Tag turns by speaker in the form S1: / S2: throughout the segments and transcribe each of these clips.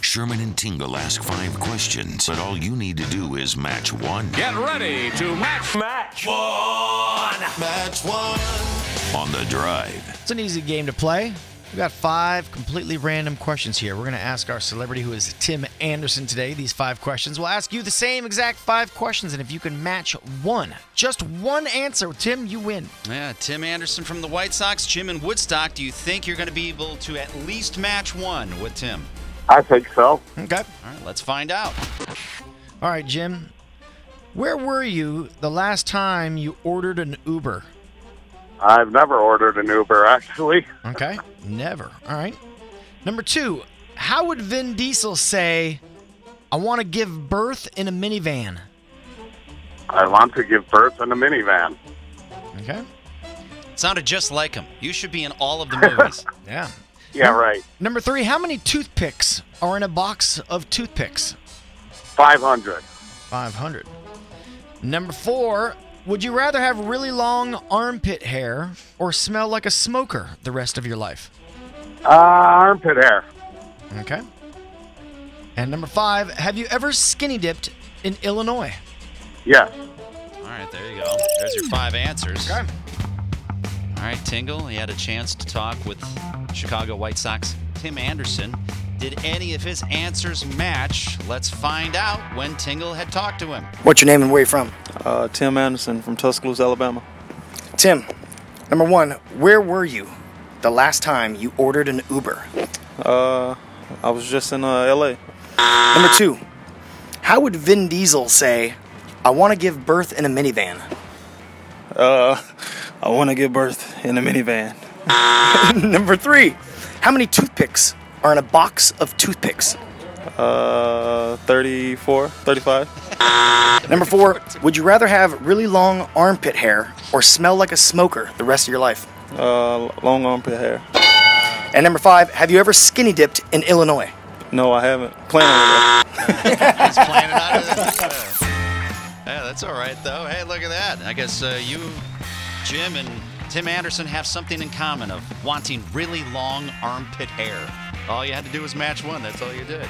S1: Sherman and Tingle ask five questions, but all you need to do is match one
S2: Get ready to match. Match. One.
S1: on the drive.
S3: It's an easy game to play. We've got five completely random questions here. We're going to ask our celebrity, who is Tim Anderson, today these five questions. We'll ask you the same exact five questions, and if you can match one, just one answer, Tim, you win.
S4: Yeah, Tim Anderson from the White Sox, Jim in Woodstock. Do you think you're going to be able to at least match one with Tim?
S5: I think so.
S3: Okay.
S4: All right, let's find out.
S3: All right, Jim. Where were you the last time you ordered an Uber?
S5: I've never ordered an Uber, actually.
S3: Okay. Never. All right. Number two, how would Vin Diesel say, I want to give birth in a minivan?
S5: I want to give birth in a minivan.
S3: Okay.
S4: Sounded just like him. You should be in all of the movies.
S3: Yeah.
S5: Yeah, right.
S3: Number three, how many toothpicks are in a box of toothpicks?
S5: 500.
S3: 500. Number four, would you rather have really long armpit hair or smell like a smoker the rest of your life?
S5: Uh, armpit hair.
S3: Okay. And number five, have you ever skinny dipped in Illinois?
S5: Yes.
S4: all right, there you go. There's your five answers.
S3: Okay.
S4: All right, Tingle, he had a chance to talk with Chicago White Sox Tim Anderson. Did any of his answers match? Let's find out when Tingle had talked to him.
S6: What's your name and where you from?
S7: Uh, Tim Anderson from Tuscaloosa, Alabama.
S6: Tim, number one, where were you the last time you ordered an Uber?
S7: Uh, I was just in uh, LA.
S6: Number two, how would Vin Diesel say, I want to give birth in a minivan?
S7: Uh, I want to give birth in a minivan.
S6: number three, how many toothpicks are in a box of toothpicks?
S7: Uh, 34, 35.
S6: Number four, would you rather have really long armpit hair or smell like a smoker the rest of your life?
S7: Uh, long armpit hair.
S6: And number five, have you ever skinny dipped in Illinois?
S7: No, I haven't. Plan on it.
S4: He's planning on it. Yeah, that's all right, though. Hey, look at that. I guess uh, you, Jim, and Tim Anderson have something in common of wanting really long armpit hair. All you had to do was match one. That's all you did.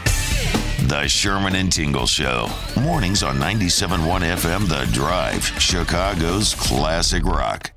S1: The Sherman and Tingle Show. Mornings on 97.1 FM The Drive, Chicago's classic rock.